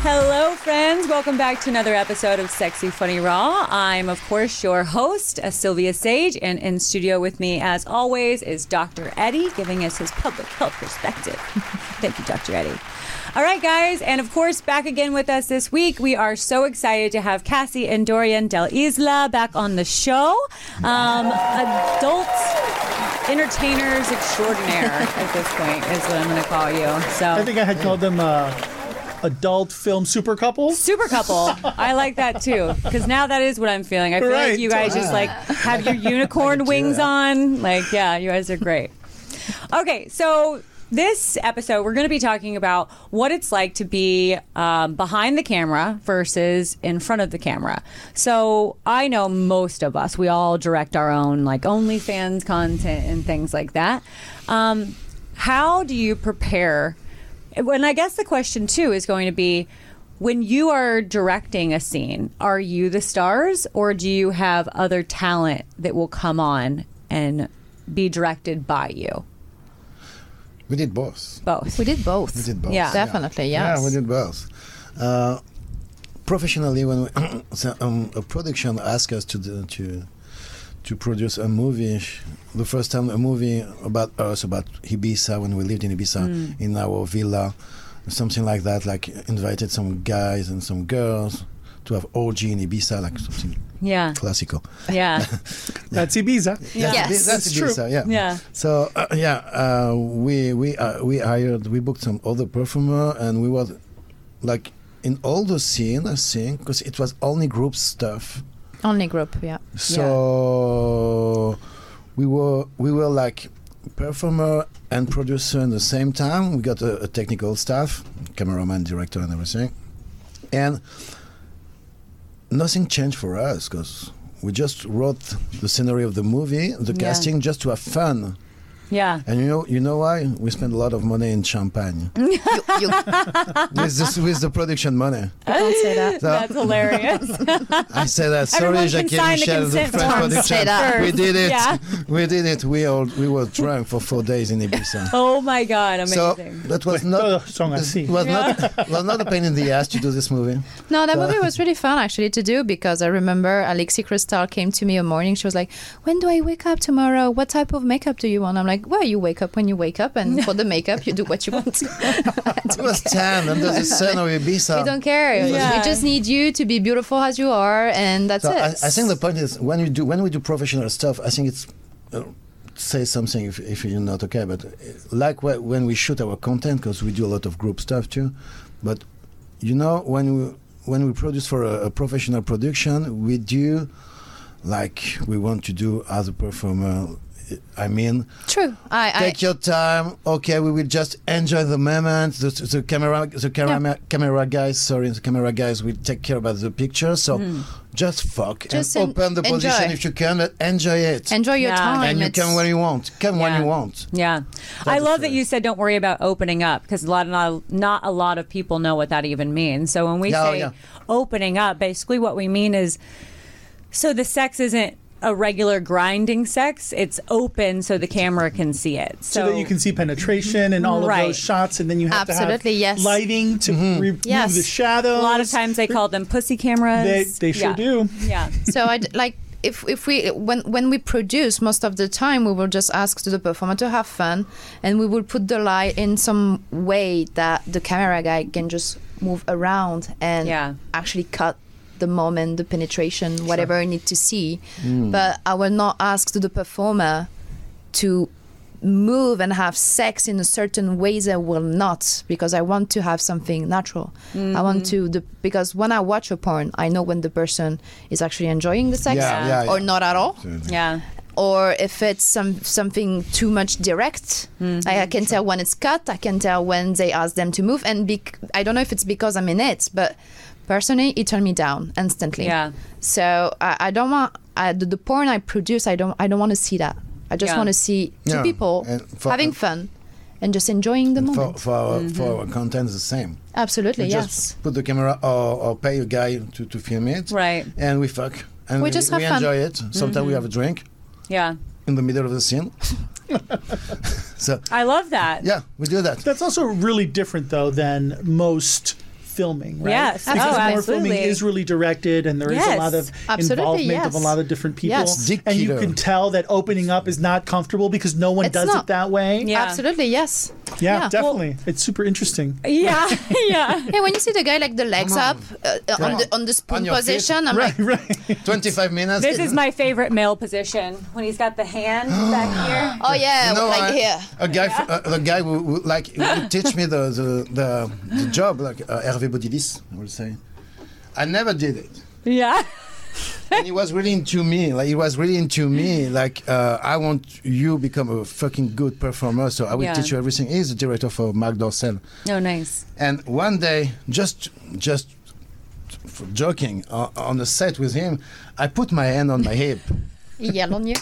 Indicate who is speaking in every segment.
Speaker 1: Hello, friends. Welcome back to another episode of Sexy Funny Raw. I'm, of course, your host, uh, Sylvia Sage, and in studio with me, as always, is Dr. Eddie giving us his public health perspective. Thank you, Dr. Eddie. All right, guys, and of course, back again with us this week. We are so excited to have Cassie and Dorian Del Isla back on the show. Um, adult entertainers extraordinaire at this point is what I'm going to call you. So
Speaker 2: I think I had called them uh, adult film super couple.
Speaker 1: Super couple. I like that too because now that is what I'm feeling. I feel like
Speaker 2: Right.
Speaker 1: you guys just like have your unicorn wings on. Like, yeah, you guys are great. Okay, so this episode we're going to be talking about what it's like to be um, behind the camera versus in front of the camera. So I know most of us, we all direct our own like OnlyFans content and things like that. Um, how do you prepare? And I guess the question too is going to be when you are directing a scene, are you the stars or do you have other talent that will come on and be directed by you?
Speaker 3: We did both.
Speaker 1: Both.
Speaker 4: We did both.
Speaker 3: We did both.
Speaker 1: Yeah.
Speaker 4: Definitely, yes.
Speaker 3: Yeah, we did both. Uh, professionally, when we, so, um, a production asked us to do, to to produce a movie, the first time a movie about us about Ibiza when we lived in Ibiza in our villa, something like that. Like invited some guys and some girls to have orgy in Ibiza, like something
Speaker 1: Yeah.
Speaker 3: classical.
Speaker 1: Yeah.
Speaker 2: That's Ibiza.
Speaker 3: That's
Speaker 4: Yes.
Speaker 3: Ibiza- that's
Speaker 2: It's true.
Speaker 3: Ibiza, yeah.
Speaker 1: Yeah.
Speaker 3: So uh, yeah, uh, we we uh, we hired we booked some other performer and we was like in all the scene I think because it was only group stuff.
Speaker 4: Only group, yeah.
Speaker 3: So we were we were like performer and producer at the same time. We got a, a technical staff, cameraman, director, and everything, and nothing changed for us because we just wrote the scenario of the movie, the
Speaker 1: Yeah.
Speaker 3: casting, just to have fun.
Speaker 1: Yeah.
Speaker 3: And you know, you know why we spend a lot of money in champagne
Speaker 4: You, you
Speaker 3: with the, with the production money.
Speaker 4: can't say that.
Speaker 3: So-
Speaker 1: That's hilarious.
Speaker 3: I said that. Sorry,
Speaker 1: Everyone can sign
Speaker 3: Jackie
Speaker 1: the
Speaker 3: Michel, the
Speaker 1: consent
Speaker 3: French
Speaker 1: form.
Speaker 4: Say
Speaker 3: production.
Speaker 4: that.
Speaker 3: We did it.
Speaker 1: Yeah.
Speaker 3: We did it. We all we were drunk for four days in Ibiza.
Speaker 1: oh my God.
Speaker 3: So
Speaker 1: Amazing.
Speaker 3: that was
Speaker 2: Oh,
Speaker 3: not
Speaker 2: song I
Speaker 3: was
Speaker 2: see.
Speaker 3: not was not a pain in the ass to do this movie.
Speaker 4: No, that movie was really fun actually to do because I remember Alexi Crystal came to me a morning. She was like, "When do I wake up tomorrow? What type of makeup do you want?" I'm like, "Well, you wake up when you wake up, and for the makeup, you do what you want.
Speaker 3: It was tan under the sun of Ibiza.
Speaker 4: we don't care.
Speaker 1: Yeah.
Speaker 4: We just need you to be beautiful as you are, and that's
Speaker 3: So
Speaker 4: it."
Speaker 3: I, I think the point is when you do when we do professional stuff, I think it's uh, say something if, if you're not okay. But uh, like wh- when we shoot our content, because we do a lot of group stuff too. But you know when we when we produce for a, a professional production, we do like we want to do as a performer. I mean,
Speaker 4: True. I, I
Speaker 3: take your time. Okay, we will just enjoy the moment. The, the camera, the camera, camera guys. Sorry, the camera guys will take care about the picture. So just fuck
Speaker 4: Hmm. Just en-
Speaker 3: and open the position
Speaker 4: enjoy.
Speaker 3: if you can. But enjoy it.
Speaker 4: enjoy your
Speaker 1: Yeah.
Speaker 4: time.
Speaker 3: and you
Speaker 4: It's-
Speaker 3: come when you want. Come when
Speaker 1: Yeah.
Speaker 3: you want.
Speaker 1: Yeah, I
Speaker 3: is
Speaker 1: love that
Speaker 3: true.
Speaker 1: you said don't worry about opening up because a lot of not, not a lot of people know what that even means. So when we
Speaker 3: Yeah, oh,
Speaker 1: say
Speaker 3: yeah.
Speaker 1: opening up, basically what we mean is so the sex isn't a regular grinding sex; it's open so the camera can see it. So,
Speaker 2: So, that you can see penetration and all
Speaker 1: Right.
Speaker 2: of those shots, and then you have
Speaker 4: Absolutely,
Speaker 2: to have
Speaker 4: yes.
Speaker 2: lighting to
Speaker 3: Mm-hmm.
Speaker 2: remove
Speaker 4: Yes.
Speaker 2: the shadows.
Speaker 1: a lot of times they call them pussy cameras.
Speaker 2: they they sure
Speaker 1: Yeah.
Speaker 2: do.
Speaker 1: Yeah,
Speaker 4: so I like if if we when when we produce most of the time we will just ask to the performer to have fun and we will put the light in some way that the camera guy can just move around and
Speaker 1: Yeah.
Speaker 4: actually cut the moment the penetration whatever i need to see
Speaker 3: Mm.
Speaker 4: but i will not ask to the performer to move and have sex in a certain way that will not because i want to have something natural i want
Speaker 3: Mm.
Speaker 4: to the, because when i watch a porn i know when the person is actually enjoying the sex
Speaker 3: Yeah, yeah,
Speaker 4: or
Speaker 3: yeah.
Speaker 4: not at all
Speaker 1: yeah,
Speaker 4: or if it's some something too much direct
Speaker 1: Hmm.
Speaker 4: I, I can tell when it's cut i can tell when they ask them to move and bec- i don't know if it's because i'm in it but personally it turned me down instantly
Speaker 1: Yeah.
Speaker 4: so i, I don't want I, the, the porn i produce i don't i don't want to see that i just
Speaker 1: Yeah.
Speaker 4: want to see two
Speaker 3: Yeah,
Speaker 4: people
Speaker 3: and for- uh,
Speaker 4: having fun and just enjoying the
Speaker 3: for
Speaker 4: moment
Speaker 3: for our, for our content is the same.
Speaker 4: absolutely
Speaker 3: We
Speaker 4: yes
Speaker 3: just put the camera or, or pay a guy to, to film it.
Speaker 1: Right.
Speaker 3: And we fuck. And
Speaker 4: We
Speaker 3: we,
Speaker 4: just have
Speaker 3: we
Speaker 4: fun. Mm-hmm.
Speaker 3: enjoy it. Sometimes we have a drink
Speaker 1: Yeah.
Speaker 3: in the middle of the scene. so
Speaker 1: I love that.
Speaker 3: yeah, we do that.
Speaker 2: That's also really different, though, than most filming, right?
Speaker 1: Yes.
Speaker 2: Because
Speaker 1: Oh,
Speaker 2: more
Speaker 1: absolutely.
Speaker 2: filming is really directed and there is
Speaker 1: Yes.
Speaker 2: a lot of
Speaker 4: Absolutely,
Speaker 2: involvement
Speaker 4: yes.
Speaker 2: of a lot of different people.
Speaker 4: Yes.
Speaker 3: Dick
Speaker 2: And you
Speaker 3: Keto.
Speaker 2: can tell that opening up is not comfortable because no one
Speaker 4: It's
Speaker 2: does
Speaker 4: not.
Speaker 2: it that way.
Speaker 1: Yeah.
Speaker 4: absolutely yes
Speaker 2: Yeah,
Speaker 4: Yeah.
Speaker 2: definitely. it's super interesting.
Speaker 1: Yeah. Yeah.
Speaker 4: Hey, when you see the guy like the legs
Speaker 3: Come on.
Speaker 4: up uh, uh, on
Speaker 3: Right.
Speaker 4: the on the spoon
Speaker 3: On your feet.
Speaker 4: position, I'm like,
Speaker 2: Right, right.
Speaker 3: 25 minutes.
Speaker 1: This is my favorite male position when he's got the hand back here.
Speaker 4: oh yeah,
Speaker 3: You know,
Speaker 4: like
Speaker 3: I-
Speaker 4: here.
Speaker 3: A guy, f- uh, the guy who, who like who teach me the the, the, the job, like uh, Hervé Baudidis, I will say. I never did it.
Speaker 1: Yeah.
Speaker 3: and he was really into me. Like he was really into me. Like uh, I want you become a fucking good performer, so I will
Speaker 1: Yeah.
Speaker 3: teach you everything. He's the director for Marc Dorcel,
Speaker 1: No, nice.
Speaker 3: and one day, just just for joking uh, on the set with him, I put my hand on my hip.
Speaker 4: He yelled on you.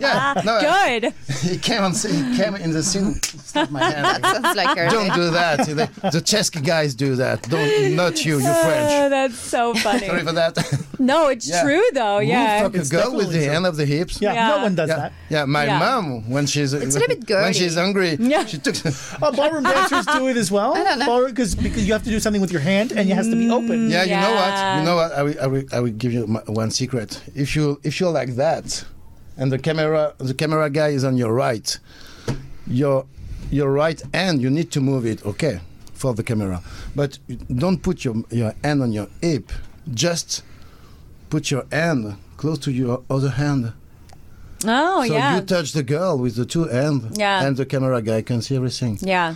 Speaker 3: Yeah, no,
Speaker 1: Good.
Speaker 3: he came on. scene- He came in the scene, slapped my hand. like,
Speaker 4: Sounds like her.
Speaker 3: Don't do that. The, the Czech guys do that. Don't not you.
Speaker 4: Uh,
Speaker 3: You're
Speaker 1: Oh,
Speaker 3: French.
Speaker 1: that's so
Speaker 3: Sorry
Speaker 1: funny.
Speaker 3: for that.
Speaker 1: No, it's
Speaker 3: Yeah.
Speaker 1: true though. Yeah.
Speaker 3: Move, fuck a girl
Speaker 2: definitely
Speaker 3: with the
Speaker 2: true.
Speaker 3: hand of the hips.
Speaker 2: Yeah,
Speaker 1: Yeah.
Speaker 2: no one does
Speaker 3: Yeah,
Speaker 2: that.
Speaker 3: yeah. My
Speaker 1: Yeah.
Speaker 3: mom, when she's
Speaker 4: It's a little bit
Speaker 3: when
Speaker 4: girly.
Speaker 3: she's hungry,
Speaker 1: Yeah.
Speaker 3: she took.
Speaker 2: Uh, ballroom dancers do it as well.
Speaker 4: I don't know.
Speaker 2: Ballroom- 'cause- because you have to do something with your hand and it has to be
Speaker 1: Mm.
Speaker 2: open.
Speaker 3: yeah, you know what?
Speaker 1: Yeah.
Speaker 3: You know what? I will, I will, I will give you my, one secret. If you if you're like that, and the camera the camera guy is on your right, your your right hand you need to move it, okay, for the camera. But don't put your your hand on your hip. Just put your hand close to your other hand.
Speaker 1: Oh,
Speaker 3: so
Speaker 1: yeah.
Speaker 3: you touch the girl with the two hands,
Speaker 1: Yeah.
Speaker 3: and the camera guy can see everything.
Speaker 1: yeah.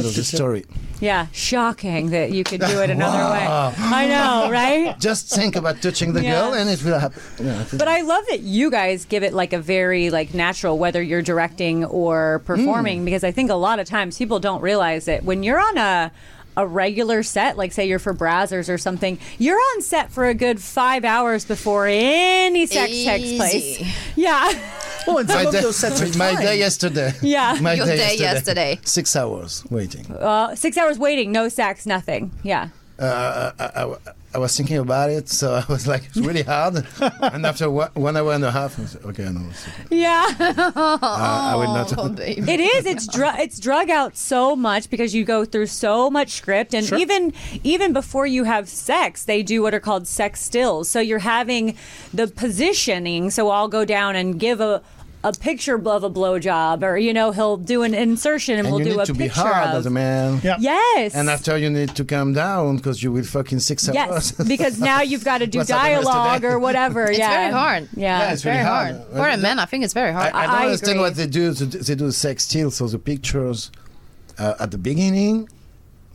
Speaker 3: of the
Speaker 2: just it.
Speaker 3: story.
Speaker 1: Yeah. Shocking that you could do it another way. I know, right?
Speaker 3: Just think about touching the
Speaker 1: Yeah.
Speaker 3: girl, and it will happen. Yeah, it will-
Speaker 1: But I love that you guys give it like a very like natural, whether you're directing or performing, because I think a lot of times people don't realize that when you're on a a regular set, like say you're for Brazzers or something, you're on set for a good five hours before any sex takes place.
Speaker 4: Easy.
Speaker 1: Yeah.
Speaker 2: Well, Oh, and some
Speaker 3: my
Speaker 2: of
Speaker 3: day,
Speaker 2: those sets are
Speaker 3: my
Speaker 2: timed.
Speaker 3: day yesterday.
Speaker 1: Yeah.
Speaker 3: my
Speaker 4: Your day yesterday.
Speaker 3: Six hours waiting.
Speaker 1: Uh, six hours waiting, no sex, nothing. Yeah.
Speaker 3: Uh, I, I, I was thinking about it, so I was like, it's really hard. and after one, one hour and a half, I was, okay, no, it's okay.
Speaker 1: Yeah.
Speaker 3: I, I will not.
Speaker 4: Oh, baby.
Speaker 1: It is. It's dr- it's drug out so much because you go through so much script, and even even before you have sex, they do what are called sex stills. So you're having the positioning. So I'll go down and give a. A picture of a blowjob, or you know, he'll do an insertion, and,
Speaker 3: and
Speaker 1: we'll
Speaker 3: you
Speaker 1: do
Speaker 3: need
Speaker 1: a
Speaker 3: to be
Speaker 1: picture
Speaker 3: hard
Speaker 1: of.
Speaker 3: as a man.
Speaker 2: Yeah.
Speaker 1: Yes.
Speaker 3: And after you need to calm down because you will fucking six
Speaker 1: yes,
Speaker 3: hours.
Speaker 1: because now you've got to do
Speaker 3: What's happened
Speaker 1: dialogue
Speaker 3: yesterday?
Speaker 1: or whatever.
Speaker 4: It's
Speaker 1: yeah.
Speaker 4: very hard.
Speaker 1: Yeah.
Speaker 3: Yeah, it's
Speaker 4: very
Speaker 3: really
Speaker 4: hard.
Speaker 3: hard.
Speaker 4: For a man, I think it's very hard.
Speaker 3: I, I don't
Speaker 1: I
Speaker 3: understand
Speaker 1: agree.
Speaker 3: what they do. So th- they do sex steal, so the pictures uh, at the beginning.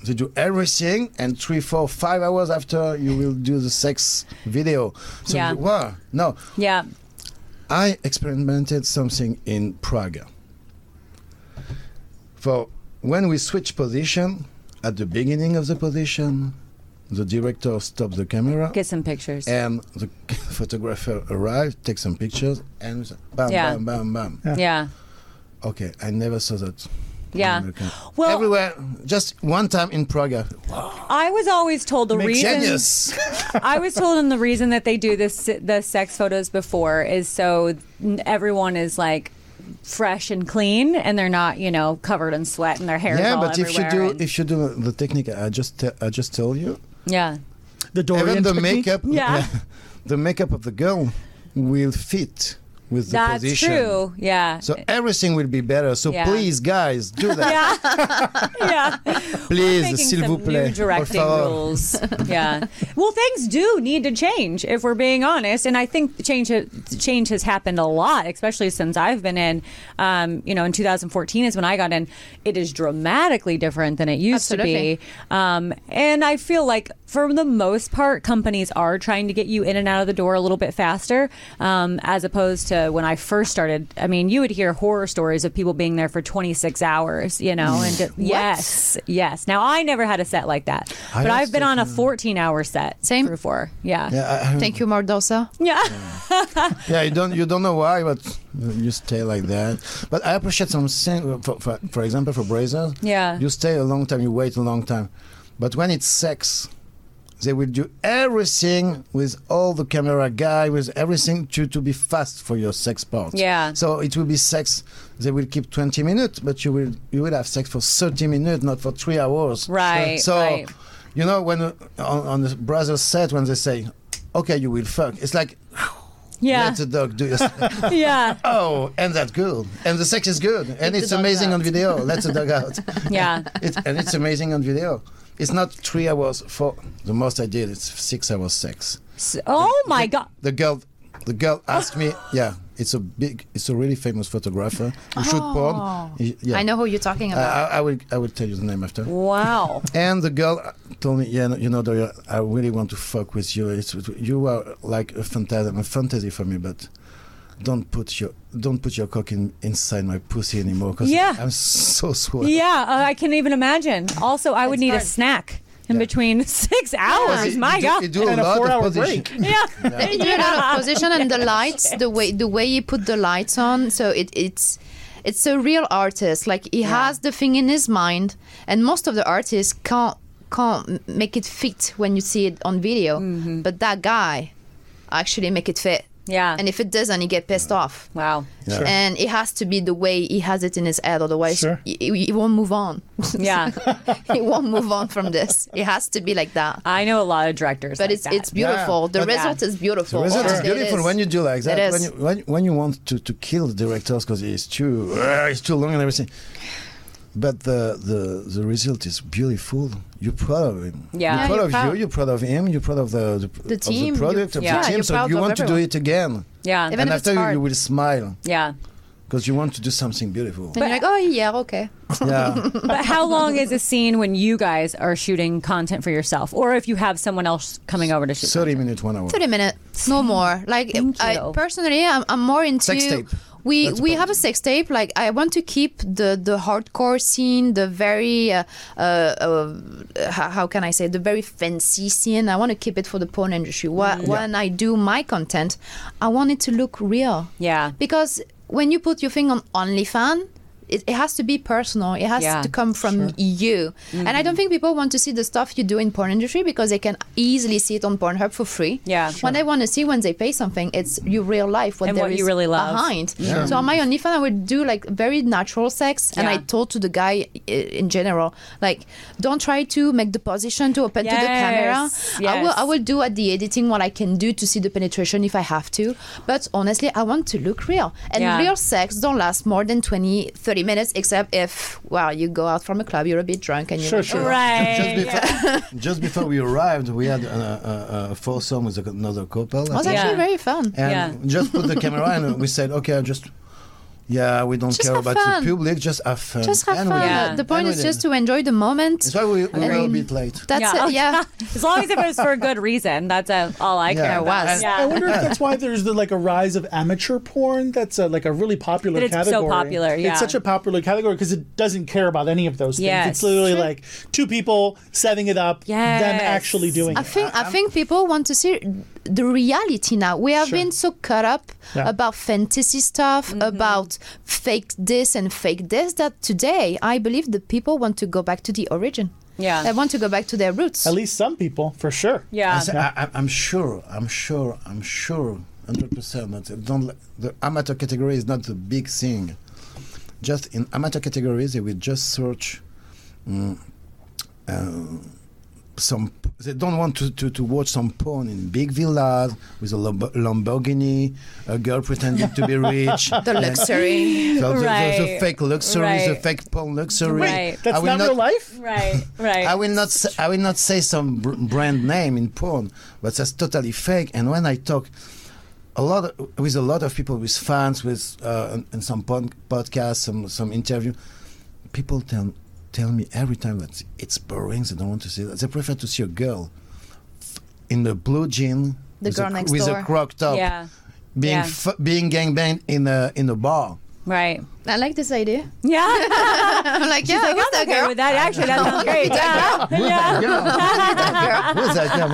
Speaker 3: They do everything, and three, four, five hours after, you will do the sex video. So,
Speaker 1: Yeah.
Speaker 3: you, wow. No,
Speaker 1: yeah.
Speaker 3: I experimented something in Prague. For when we switch position, at the beginning of the position, the director stops the camera,
Speaker 1: Get some pictures.
Speaker 3: and the photographer arrives, takes some pictures, and we say, bam,
Speaker 1: Yeah.
Speaker 3: bam, bam, bam.
Speaker 1: yeah.
Speaker 3: Okay, I never saw that.
Speaker 1: Yeah.
Speaker 3: American.
Speaker 1: Well-
Speaker 3: everywhere, just one time in Prague.
Speaker 1: I was always told the
Speaker 2: Makes
Speaker 1: reason.
Speaker 3: Genius.
Speaker 1: I was told, and the reason that they do this, the sex photos before, is so n- everyone is like fresh and clean, and they're not, you know, covered in sweat and their hair. is
Speaker 3: yeah,
Speaker 1: all
Speaker 3: but if you
Speaker 1: everywhere
Speaker 3: do
Speaker 1: and-
Speaker 3: if you do the technique, I just te- I just tell you,
Speaker 1: yeah,
Speaker 2: The Dorian
Speaker 3: even the
Speaker 2: technique.
Speaker 3: makeup,
Speaker 1: Yeah.
Speaker 3: the makeup of the girl will fit with the
Speaker 1: that's
Speaker 3: position.
Speaker 1: true. Yeah.
Speaker 3: So everything will be better. So
Speaker 1: Yeah.
Speaker 3: please, guys, do that.
Speaker 1: yeah, yeah.
Speaker 3: Please,
Speaker 1: Making
Speaker 3: s'il
Speaker 1: some
Speaker 3: vous plaît.
Speaker 1: new
Speaker 3: Por
Speaker 1: directing
Speaker 3: favor.
Speaker 1: rules. yeah. Well, things do need to change if we're being honest, and I think change ha- change has happened a lot, especially since I've been in. Um, you know, in 2014 is when I got in. It is dramatically different than it used
Speaker 4: Absolutely.
Speaker 1: to be, um, and I feel like for the most part, companies are trying to get you in and out of the door a little bit faster, um, as opposed to when I first started. I mean, you would hear horror stories of people being there for 26 hours, you know, and just, yes, yes. Now, I never had a set like that,
Speaker 3: I
Speaker 1: but I've
Speaker 3: used
Speaker 1: been
Speaker 3: to-
Speaker 1: on a 14 hour set.
Speaker 4: Same.
Speaker 1: Before. Yeah.
Speaker 3: Yeah, I- I-
Speaker 4: Thank you, Mordosa.
Speaker 1: Yeah.
Speaker 3: yeah, you don't you don't know why, but you stay like that. But I appreciate something. For, for, for example, for braziers,
Speaker 1: Yeah.
Speaker 3: you stay a long time, you wait a long time. But when it's sex, they will do everything with all the camera guy, with everything to, to be fast for your sex part.
Speaker 1: Yeah.
Speaker 3: So it will be sex. They will keep 20 minutes, but you will you will have sex for 30 minutes, not for three hours.
Speaker 1: Right,
Speaker 3: So,
Speaker 1: right.
Speaker 3: you know when uh, on, on the brothers set when they say, "Okay, you will fuck," it's like.
Speaker 1: Yeah.
Speaker 3: Let the dog do it.
Speaker 1: Yeah.
Speaker 3: oh, and that's good. And the sex is good. And
Speaker 4: the
Speaker 3: it's
Speaker 4: dog
Speaker 3: amazing
Speaker 4: out.
Speaker 3: on video. Let the dog out.
Speaker 1: Yeah.
Speaker 3: It, and it's amazing on video. It's not three hours, four. The most I did, it's six hours sex.
Speaker 1: S- Oh my God.
Speaker 3: The girl, the girl asked me, yeah, it's a big, it's a really famous photographer who shoot porn. He- Yeah.
Speaker 4: Oh.
Speaker 3: Uh,
Speaker 4: I know who you're talking
Speaker 3: I, I,
Speaker 4: about.
Speaker 3: I will, I will tell you the name after.
Speaker 1: Wow.
Speaker 3: And the girl uh, told me, yeah, you know, Daria, I really want to fuck with you. It's, you are like a phantasm, a fantasy for me, but don't put your don't put your cock in, inside my pussy anymore because
Speaker 1: Yeah.
Speaker 3: I'm so sweaty.
Speaker 1: Yeah, uh, I can even imagine. Also, I would need a
Speaker 4: hard.
Speaker 1: snack in
Speaker 3: Yeah.
Speaker 1: between six hours.
Speaker 3: You
Speaker 1: My
Speaker 3: do-
Speaker 1: God.
Speaker 3: you do a
Speaker 2: And a
Speaker 3: lot of
Speaker 2: four-hour
Speaker 3: position.
Speaker 2: break.
Speaker 1: yeah.
Speaker 4: You do a lot of position and the lights, the way the way he put the lights on, so it it's it's a real artist. Like he has the thing in his mind, and most of the artists can't can't make it fit when you see it on video. But that guy actually make it fit.
Speaker 1: Mm-hmm. Yeah.
Speaker 4: And if it doesn't, he get pissed off.
Speaker 1: Wow.
Speaker 3: Sure.
Speaker 4: And it has to be the way he has it in his head, otherwise
Speaker 2: Sure.
Speaker 4: he, he- he won't move on.
Speaker 1: Yeah.
Speaker 4: he won't move on from this. It has to be like that.
Speaker 1: I know a lot of directors.
Speaker 4: But
Speaker 1: like
Speaker 4: it's
Speaker 1: that.
Speaker 4: it's beautiful. The
Speaker 3: But-
Speaker 4: result is
Speaker 3: The
Speaker 4: beautiful.
Speaker 3: result is
Speaker 4: Honestly, it
Speaker 3: beautiful
Speaker 4: is.
Speaker 3: when you do like that.
Speaker 4: It
Speaker 3: When
Speaker 4: is.
Speaker 3: you, when, when you want to, to kill the directors because it's too uh, it's too long and everything, but the, the the result is beautiful. You're proud of him.
Speaker 1: Yeah. Yeah,
Speaker 3: you're proud
Speaker 4: you're
Speaker 3: of
Speaker 4: proud.
Speaker 3: you. You're proud of him. You're proud of the the, of
Speaker 4: team,
Speaker 3: the
Speaker 4: you-
Speaker 3: product of
Speaker 1: Yeah.
Speaker 3: the
Speaker 1: Yeah,
Speaker 3: team.
Speaker 4: you're
Speaker 3: so
Speaker 4: proud
Speaker 3: you
Speaker 4: of
Speaker 3: want to do
Speaker 4: everyone.
Speaker 3: it again.
Speaker 1: Yeah.
Speaker 4: Even
Speaker 3: and
Speaker 4: if it's
Speaker 3: after you,
Speaker 4: hard.
Speaker 3: you will smile
Speaker 1: yeah.
Speaker 3: because you want to do something beautiful.
Speaker 4: And you're like, oh yeah, okay.
Speaker 3: yeah.
Speaker 1: But how long is a scene when you guys are shooting content for yourself or if you have someone else coming over to shoot?
Speaker 3: Thirty minutes, one hour.
Speaker 4: Thirty minutes, no more. Like
Speaker 1: Thank
Speaker 4: I
Speaker 1: you.
Speaker 4: personally, I'm, I'm more into.
Speaker 3: Sex tape.
Speaker 4: We
Speaker 3: That's
Speaker 4: we
Speaker 3: about
Speaker 4: have a sex tape. Like I want to keep the the hardcore scene, the very uh, uh, uh, how how can I say the very fancy scene. I want to keep it for the porn industry. Wha-
Speaker 1: Mm.
Speaker 4: When I do my content, I want it to look real.
Speaker 1: Yeah.
Speaker 4: Because when you put your thing on OnlyFans, it, it has to be personal. It has
Speaker 1: Yeah, Mm-hmm.
Speaker 4: to come from you. And I don't think people want to see the stuff you do in porn industry because they can easily see it on Pornhub for free.
Speaker 1: Yeah.
Speaker 4: What they want to see when they pay something, it's your real life, what
Speaker 1: And
Speaker 4: there
Speaker 1: what you
Speaker 4: is
Speaker 1: really love.
Speaker 4: behind. So on my OnlyFans, I would do like very natural sex. And I
Speaker 1: Yeah.
Speaker 4: told to the guy i- in general, like, don't try to make the position to open to the camera.
Speaker 1: Yes,
Speaker 4: I will
Speaker 1: yes.
Speaker 4: I will do at the editing what I can do to see the penetration if I have to. But honestly, I want to look real. And
Speaker 1: Yeah.
Speaker 4: real sex don't last more than 20, 30 minutes, except if, well, you go out from a club, you're a bit drunk and you're
Speaker 2: Sure, sure.
Speaker 4: like,
Speaker 3: Just
Speaker 1: Right.
Speaker 3: before, just before we arrived, we had a, a, a foursome with another couple. I
Speaker 4: It was
Speaker 3: think.
Speaker 4: actually
Speaker 1: Yeah.
Speaker 4: very fun.
Speaker 3: and
Speaker 1: Yeah.
Speaker 3: just put the camera and we said, okay, just yeah, we don't
Speaker 4: Just
Speaker 3: care
Speaker 4: have
Speaker 3: about
Speaker 4: fun.
Speaker 3: the public, just have fun.
Speaker 4: Just have
Speaker 3: And we
Speaker 4: fun.
Speaker 3: did.
Speaker 1: Yeah.
Speaker 4: The point
Speaker 3: And we
Speaker 4: is
Speaker 3: did.
Speaker 4: just to enjoy the moment.
Speaker 3: That's why we, we were a
Speaker 4: And-
Speaker 3: bit late.
Speaker 4: That's it, yeah.
Speaker 1: as long as it was for a good reason, that's uh all I
Speaker 3: Yeah.
Speaker 1: care
Speaker 3: It
Speaker 1: about.
Speaker 4: was.
Speaker 2: I
Speaker 1: Yeah.
Speaker 2: wonder if that's why there's the, like a rise of amateur porn. That's a, like a really popular
Speaker 1: That it's so
Speaker 2: category.
Speaker 1: popular, yeah.
Speaker 2: It's such a popular category because it doesn't care about any of those things.
Speaker 1: Yes.
Speaker 2: It's literally
Speaker 1: Sure.
Speaker 2: like two people setting it up, them
Speaker 1: Yes.
Speaker 2: actually doing
Speaker 4: I
Speaker 2: it.
Speaker 4: think I, think people want to see the reality now. We have been so caught up
Speaker 2: Yeah.
Speaker 4: about fantasy stuff,
Speaker 1: Mm-hmm.
Speaker 4: about fake this and fake this that today I believe the people want to go back to the origin.
Speaker 1: Yeah.
Speaker 4: they want to go back to their roots.
Speaker 2: At least some people, for sure.
Speaker 3: I
Speaker 1: Yeah.
Speaker 3: said, I, I, am sure, I'm sure, I'm sure, hundred percent. That they don't li- the amateur category is not the big thing. Just in amateur categories, they will just search. mm, uh, some they don't want to, to, to watch some porn in big villas with a Lambo- Lamborghini, a girl pretending to be rich,
Speaker 4: the luxury.
Speaker 3: So the, the- the
Speaker 1: Right.
Speaker 3: fake luxury, the
Speaker 1: Right.
Speaker 3: fake porn luxury.
Speaker 1: Wait,
Speaker 2: That's
Speaker 3: I will
Speaker 2: not, real life?
Speaker 1: right. Right.
Speaker 3: I will not. Say, I will not say some br- brand name in porn, but that's totally fake. And when I talk, a lot of, with a lot of people, with fans, with uh, and, and some pod, podcasts, some some interview, people tell tell me every time that it's boring. They don't want to see that. They prefer to see a girl. in the blue jean,
Speaker 4: The
Speaker 3: with
Speaker 4: girl
Speaker 3: a, cr-
Speaker 4: next
Speaker 3: with
Speaker 4: door.
Speaker 3: a crop top,
Speaker 1: Yeah.
Speaker 3: being
Speaker 1: Yeah.
Speaker 3: f- being gangbanged in a in a bar.
Speaker 1: Right.
Speaker 4: I like this idea.
Speaker 1: Yeah.
Speaker 4: I'm like, yeah,
Speaker 1: like,
Speaker 4: who's
Speaker 1: I'm
Speaker 4: that
Speaker 1: okay
Speaker 4: girl?
Speaker 1: with that. Actually, that sounds great. Yeah.
Speaker 3: Who's that
Speaker 4: that
Speaker 3: girl? Who's that girl?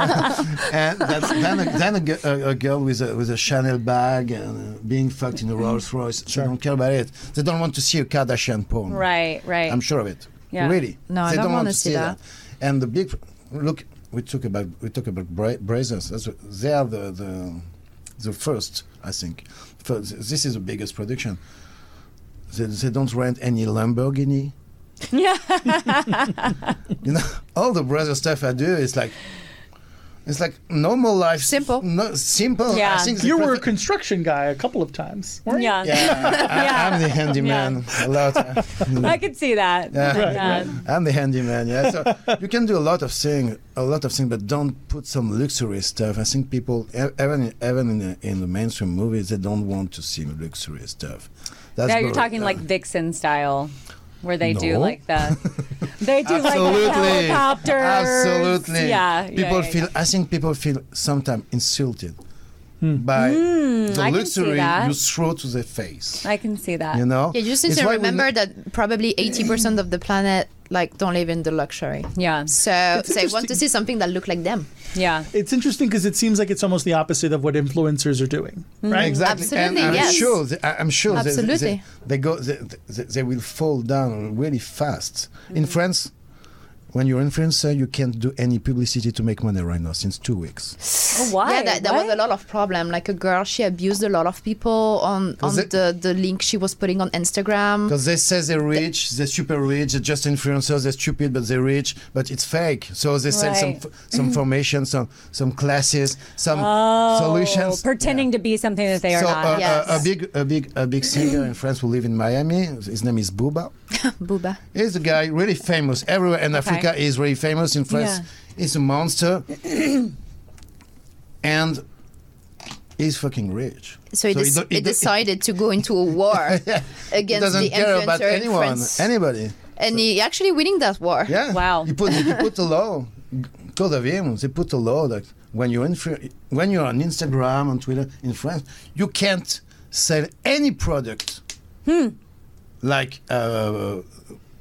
Speaker 3: and that's, then, a, then a, gi- a, a girl with a with a Chanel bag and uh, being fucked in a Rolls Royce. They don't care about it. They don't want to see a Kardashian porn.
Speaker 1: Right. Right.
Speaker 3: I'm sure of it.
Speaker 1: Yeah.
Speaker 3: Really.
Speaker 4: No, I
Speaker 3: they
Speaker 4: don't
Speaker 3: want
Speaker 4: wanna
Speaker 3: to
Speaker 4: see that.
Speaker 3: And the big look, we talk about we talk about bra- braces. That's what- they are the the the first, I think. First, this is the biggest production. They, they don't rent any Lamborghini.
Speaker 1: yeah.
Speaker 3: You know, all the brother stuff I do is like, it's like normal life.
Speaker 4: Simple.
Speaker 3: No, simple. I
Speaker 1: Yeah.
Speaker 3: think the
Speaker 2: You were a
Speaker 3: perfect-
Speaker 2: construction guy a couple of times. weren't you?
Speaker 1: Yeah.
Speaker 3: Yeah, I,
Speaker 1: Yeah.
Speaker 3: am the handyman a lot.
Speaker 1: I could see that. uh,
Speaker 3: Yeah. Right,
Speaker 1: Yeah.
Speaker 3: I'm the handyman. Yeah, so you can do a lot of things, a lot of things, but don't put some luxury stuff. I think people, e- even even in the, in the mainstream movies, they don't want to see luxury stuff. That's
Speaker 1: Now you're
Speaker 3: boring.
Speaker 1: talking
Speaker 3: Uh,
Speaker 1: like Vixen style, where they do
Speaker 3: No.
Speaker 1: like the. They do like the
Speaker 3: Absolutely.
Speaker 1: helicopters.
Speaker 3: Absolutely.
Speaker 1: Yeah. yeah,
Speaker 3: People
Speaker 1: yeah,
Speaker 3: feel. I think people feel sometimes insulted by the
Speaker 1: Hmm, I can see
Speaker 3: luxury
Speaker 1: that.
Speaker 3: you throw to their face.
Speaker 1: yeah. I can see that.
Speaker 3: You know.
Speaker 4: Yeah, you just need
Speaker 3: It's
Speaker 4: to
Speaker 3: why we
Speaker 4: remember
Speaker 3: ne-
Speaker 4: that probably 80% of the planet like don't live in the luxury.
Speaker 1: Yeah.
Speaker 4: So
Speaker 2: It's
Speaker 4: so they want to
Speaker 2: interesting.
Speaker 4: see something that look like them.
Speaker 1: Yeah.
Speaker 2: It's interesting because it seems like it's almost the opposite of what influencers are doing, right?
Speaker 3: Exactly.
Speaker 4: Absolutely,
Speaker 3: and I'm
Speaker 4: yes.
Speaker 3: sure. They, I- I'm sure. they- They,
Speaker 4: Absolutely.
Speaker 3: they, go. They, they, they will fall down really fast. In
Speaker 1: Mm.
Speaker 3: France, when you're influencer, you can't do any publicity to make money right now since two weeks.
Speaker 1: Oh, why?
Speaker 4: Yeah, that, that was
Speaker 1: What?
Speaker 4: a lot of problem. Like a girl, she abused a lot of people on on
Speaker 3: it-
Speaker 4: the the link she was putting on Instagram.
Speaker 3: Because they say they're rich, they're super rich, they're just influencers, they're stupid, but they're rich, but it's fake. So they sell some
Speaker 1: Right.
Speaker 3: f- some formation, some some classes, some
Speaker 1: Oh,
Speaker 3: solutions.
Speaker 1: Pretending to be something that they are
Speaker 3: so
Speaker 1: not.
Speaker 3: uh,
Speaker 4: Yes.
Speaker 3: uh, a big a big a big singer in France who live in Miami. His name is Booba.
Speaker 4: Booba.
Speaker 3: He's a guy really famous everywhere in
Speaker 1: Okay.
Speaker 3: Africa. He's really famous in France.
Speaker 1: Yeah.
Speaker 3: He's a monster, and he's fucking rich.
Speaker 4: So, he,
Speaker 3: So he
Speaker 4: dec-
Speaker 3: don't- he
Speaker 4: he
Speaker 3: don't-
Speaker 4: decided to go into a war
Speaker 3: He
Speaker 4: against the
Speaker 3: doesn't care
Speaker 4: influencer
Speaker 3: about
Speaker 4: in
Speaker 3: anyone,
Speaker 4: France.
Speaker 3: anybody.
Speaker 4: and he actually winning that war.
Speaker 3: Yeah.
Speaker 1: Wow.
Speaker 3: He put he put a law. Because of him, they put a law that when you're influ- when you're on Instagram on Twitter in France, you can't sell any product
Speaker 1: Hmm.
Speaker 3: like uh,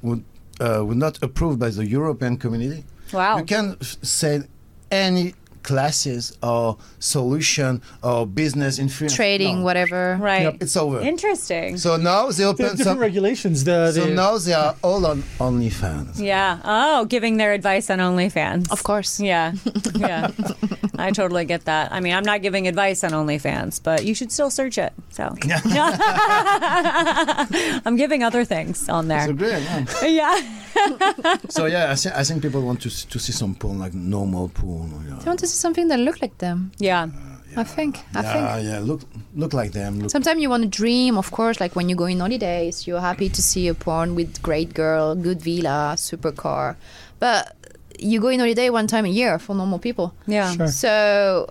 Speaker 3: would, uh, would not approved by the European community.
Speaker 1: Wow.
Speaker 3: You can f- sell any classes or solution or business influence.
Speaker 4: Trading,
Speaker 3: No.
Speaker 4: whatever.
Speaker 1: right.
Speaker 2: Yep.
Speaker 3: It's over.
Speaker 1: Interesting.
Speaker 3: so now they
Speaker 2: They have
Speaker 3: open
Speaker 2: different
Speaker 3: some.
Speaker 2: regulations. The,
Speaker 3: So
Speaker 2: the-
Speaker 3: now they are all on OnlyFans.
Speaker 1: yeah. Oh, giving their advice on OnlyFans.
Speaker 4: Of course.
Speaker 1: Yeah. Yeah. I totally get that. I mean, I'm not giving advice on OnlyFans, but you should still search it. So I'm giving other things on
Speaker 3: So
Speaker 1: there.
Speaker 3: great. yeah.
Speaker 1: Yeah.
Speaker 3: so yeah, I, thi- I think people want to s- to see some porn like normal porn. you know.
Speaker 4: They want to see something that look like them.
Speaker 1: Yeah.
Speaker 4: I think. I think.
Speaker 3: yeah, yeah, look look like them. Look.
Speaker 4: Sometimes you want to dream, of course, like when you go in holidays, you're happy to see a porn with great girl, good villa, super car. But you go in holiday one time a year for normal people.
Speaker 1: Yeah.
Speaker 2: Sure.
Speaker 4: So,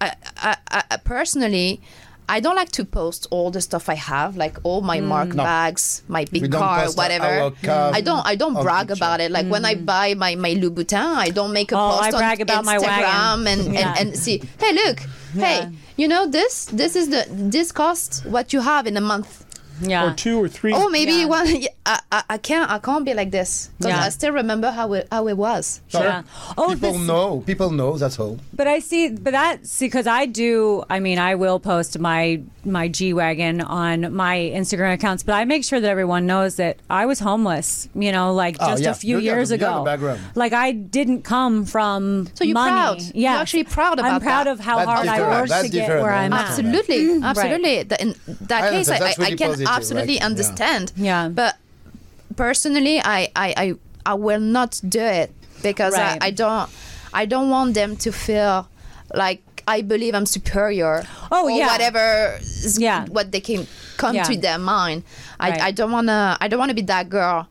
Speaker 4: I, I, I I- personally, I don't like to post all the stuff I have, like all my
Speaker 1: Mm.
Speaker 4: mark bags, my big
Speaker 3: We don't
Speaker 4: car,
Speaker 3: post
Speaker 4: whatever.
Speaker 3: our car
Speaker 4: I don't I don't
Speaker 3: on
Speaker 4: brag
Speaker 3: picture.
Speaker 4: about it. Like when I buy my my Louboutin, I don't make a
Speaker 1: Mm. Oh,
Speaker 4: post
Speaker 1: I brag
Speaker 4: on
Speaker 1: about
Speaker 4: Instagram
Speaker 1: my wagon.
Speaker 4: and,
Speaker 1: Yeah.
Speaker 4: and and see, hey, look,
Speaker 1: Yeah.
Speaker 4: hey, you know this this is the this cost what you have in a month.
Speaker 1: Yeah.
Speaker 2: or two or three.
Speaker 4: Oh, maybe
Speaker 1: Yeah.
Speaker 4: one. I, I I can't I can't be like this because
Speaker 1: Yeah.
Speaker 4: I still remember how it how it was.
Speaker 1: Yeah. Oh,
Speaker 3: people
Speaker 1: this-
Speaker 3: know. People know. That's all.
Speaker 1: But I see, but that's because I do. I mean, I will post my my G wagon on my Instagram accounts, but I make sure that everyone knows that I was homeless. You know, like
Speaker 3: Oh,
Speaker 1: just
Speaker 3: yeah.
Speaker 1: a few
Speaker 3: You got
Speaker 1: years
Speaker 3: the- you got
Speaker 1: ago.
Speaker 3: the background.
Speaker 1: Like I didn't come from.
Speaker 4: So you're
Speaker 1: money.
Speaker 4: proud.
Speaker 1: Yeah,
Speaker 4: You're actually proud
Speaker 1: I'm
Speaker 4: about
Speaker 1: proud
Speaker 4: that.
Speaker 1: of how
Speaker 3: That's
Speaker 1: hard I
Speaker 3: different.
Speaker 1: worked
Speaker 3: That's
Speaker 1: to get
Speaker 3: different.
Speaker 1: where I'm at.
Speaker 4: Absolutely, Mm. absolutely. Th- In
Speaker 3: I
Speaker 4: that case, I,
Speaker 3: understand.
Speaker 4: I,
Speaker 3: That's really
Speaker 4: I can
Speaker 3: positive,
Speaker 4: absolutely
Speaker 3: like, yeah.
Speaker 4: understand.
Speaker 1: Yeah.
Speaker 4: But personally, I I, I, I will not do it because
Speaker 1: Right.
Speaker 4: I, I don't I don't want them to feel like I believe I'm superior.
Speaker 1: Oh,
Speaker 4: or
Speaker 1: yeah.
Speaker 4: Whatever. is
Speaker 1: Yeah.
Speaker 4: What they can come
Speaker 1: Yeah.
Speaker 4: to their mind. I,
Speaker 1: Right. Mm-hmm.
Speaker 4: I don't wanna I don't wanna be that girl.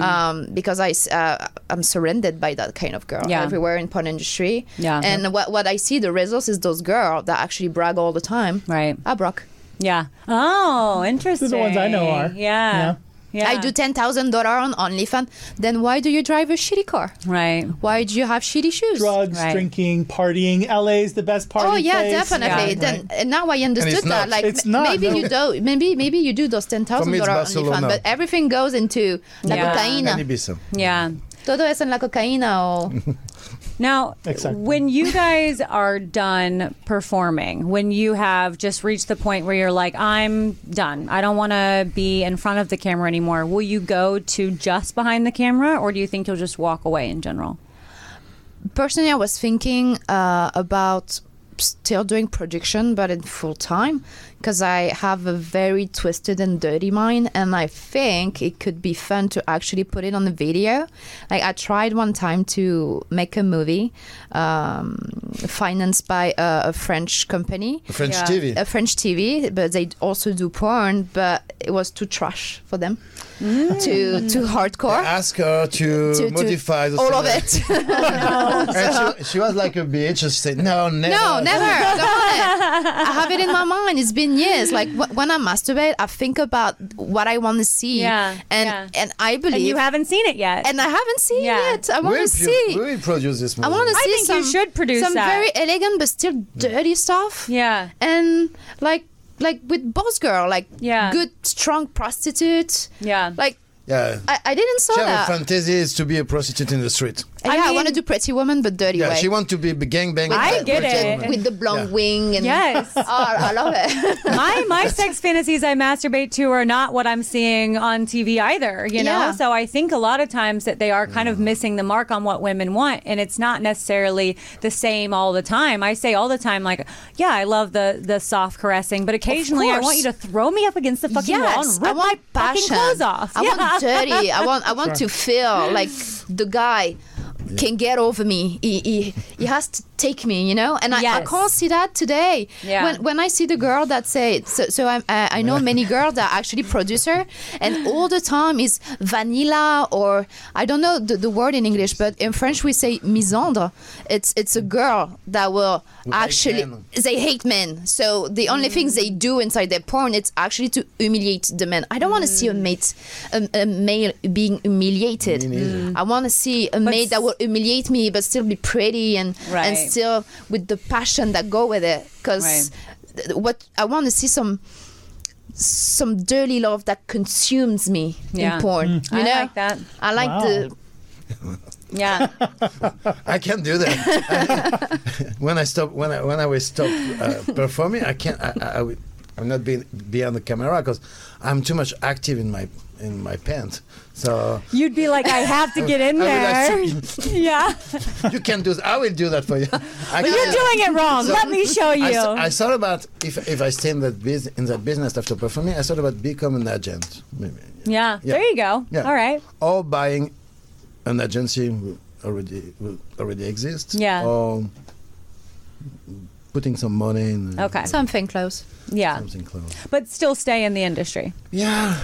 Speaker 4: Um, because I s- uh, I'm surrounded by that kind of girl
Speaker 1: Yeah.
Speaker 4: everywhere in porn industry.
Speaker 1: Yeah.
Speaker 4: And what what I see the results is those girls that actually brag all the time. Ah,
Speaker 1: Right.
Speaker 4: I brag.
Speaker 1: Yeah. Oh,
Speaker 2: These
Speaker 1: interesting.
Speaker 2: are the ones I know are.
Speaker 1: Yeah. Yeah.
Speaker 4: I do ten thousand dollar on OnlyFans. Then why do you drive a shitty car?
Speaker 1: Right.
Speaker 4: Why do you have shitty shoes?
Speaker 2: Drugs,
Speaker 1: Right.
Speaker 2: drinking, partying. LA's the best party.
Speaker 4: Oh yeah,
Speaker 2: place.
Speaker 4: definitely.
Speaker 1: Yeah.
Speaker 4: then and now I understood
Speaker 3: not.
Speaker 4: that. Like
Speaker 2: It's
Speaker 4: m-
Speaker 2: not,
Speaker 4: maybe
Speaker 2: no.
Speaker 4: you do, maybe maybe you do those ten thousand
Speaker 3: it's
Speaker 4: dollars OnlyFans,
Speaker 3: Barcelona.
Speaker 4: but everything goes into la
Speaker 1: Yeah.
Speaker 3: And
Speaker 4: cocaína.
Speaker 3: Ibiza.
Speaker 1: Yeah.
Speaker 4: Todo es en la cocaína. O
Speaker 1: Now,
Speaker 2: Exactly.
Speaker 1: when you guys are done performing, when you have just reached the point where you're like, I'm done, I don't want to be in front of the camera anymore, will you go to just behind the camera or do you think you'll just walk away in general?
Speaker 4: personally, I was thinking uh, about still doing production, but in full time, because I have a very twisted and dirty mind, and I think it could be fun to actually put it on the video. Like I tried one time to make a movie um, financed by a, a French company.
Speaker 3: French
Speaker 1: Yeah.
Speaker 3: TV.
Speaker 4: a French TV, but they also do porn, but it was too trash for them, too too hardcore,
Speaker 3: Ask her to,
Speaker 4: to, to-
Speaker 3: modify the
Speaker 4: all of
Speaker 3: scenario.
Speaker 4: it.
Speaker 3: And she, she was like a bitch. and She said, "No, never."
Speaker 4: no, never. Don't want it. I have it in my mind. It's been years. Like wh- when I masturbate, I think about what I want to see,
Speaker 1: Yeah,
Speaker 4: and
Speaker 1: yeah.
Speaker 4: and I believe,
Speaker 1: And you haven't seen it yet.
Speaker 4: and I haven't seen
Speaker 1: Yeah.
Speaker 4: it. I
Speaker 3: We'll,
Speaker 4: want to
Speaker 3: pu-
Speaker 4: see.
Speaker 3: we'll produce this
Speaker 4: I
Speaker 3: movie.
Speaker 4: want to
Speaker 1: I
Speaker 4: see
Speaker 1: think
Speaker 4: some
Speaker 1: you should produce
Speaker 4: some
Speaker 1: that.
Speaker 4: very elegant but still dirty stuff.
Speaker 1: yeah.
Speaker 4: and like like with boss girl like
Speaker 1: Yeah.
Speaker 4: good strong prostitute
Speaker 1: Yeah.
Speaker 4: like
Speaker 3: yeah.
Speaker 4: i, I didn't saw
Speaker 3: She
Speaker 4: that
Speaker 3: have a fantasy is to be a prostitute in the street.
Speaker 4: yeah i
Speaker 1: mean-
Speaker 4: want to do pretty woman but dirty
Speaker 3: Yeah,
Speaker 4: way
Speaker 3: she want to be gangbang.
Speaker 1: I get
Speaker 4: with,
Speaker 1: it.
Speaker 4: the, with the blonde
Speaker 3: Yeah.
Speaker 4: wing and
Speaker 1: Yes.
Speaker 4: oh, i love it
Speaker 1: my my sex fantasies I masturbate to are not what I'm seeing on TV either, you know?
Speaker 4: Yeah.
Speaker 1: So I think a lot of times that they are kind
Speaker 3: Mm.
Speaker 1: of missing the mark on what women want and it's not necessarily the same all the time. I say all the time like, yeah, I love the the soft caressing, but occasionally I
Speaker 4: course.
Speaker 1: want you to throw me up against the fucking wall
Speaker 4: yes
Speaker 1: and
Speaker 4: i
Speaker 1: rip
Speaker 4: want
Speaker 1: my
Speaker 4: passion
Speaker 1: fucking clothes off.
Speaker 4: i
Speaker 1: yeah.
Speaker 4: want dirty i want i want to feel like the guy can get over me he, he, he has to take me you know and I, I
Speaker 1: Yes.
Speaker 4: can't see that today
Speaker 1: Yeah.
Speaker 4: when, when i see the girl that say so, so I'm, uh, I, I know many girls that are actually producer and all the time is vanilla or i don't know the, the word in english but in french we say misandre it's it's a girl that will actually
Speaker 3: men.
Speaker 4: they hate men. So the
Speaker 1: Mm.
Speaker 4: only things they do inside their porn it's actually to humiliate the men. I don't want to see a
Speaker 1: Mm.
Speaker 4: mate, a, a male being humiliated. I want to see a mate that will humiliate me but still be pretty and and
Speaker 1: Right.
Speaker 4: still with the passion that go with it. Because what I want to see some some dirty love that consumes me
Speaker 1: Yeah.
Speaker 4: in porn. You
Speaker 1: I
Speaker 4: know,
Speaker 1: like that.
Speaker 4: I like
Speaker 2: Wow.
Speaker 4: the
Speaker 1: Yeah.
Speaker 3: I can't do that. when I stop, when I when I will stop uh, performing, I can't. I, I, I will, I'm not being behind the camera because I'm too much active in my in my pants. So
Speaker 1: You'd be like, I have to get in
Speaker 3: I
Speaker 1: there.
Speaker 3: would like
Speaker 1: yeah.
Speaker 3: you can do. That. I will do that for you. I
Speaker 1: But you're
Speaker 3: can't-
Speaker 1: doing it wrong.
Speaker 3: So-
Speaker 1: Let me show you.
Speaker 3: I, th- I thought about if if I stay in that business in that business after performing, I thought about becoming an agent, maybe,
Speaker 1: yeah. There you go.
Speaker 3: Yeah.
Speaker 1: All right.
Speaker 3: or buying an agency who already who already exists.
Speaker 1: Yeah.
Speaker 3: Or putting some money in. uh,
Speaker 1: Okay.
Speaker 4: something close.
Speaker 1: Yeah.
Speaker 3: Something close.
Speaker 1: But still stay in the industry.
Speaker 3: Yeah.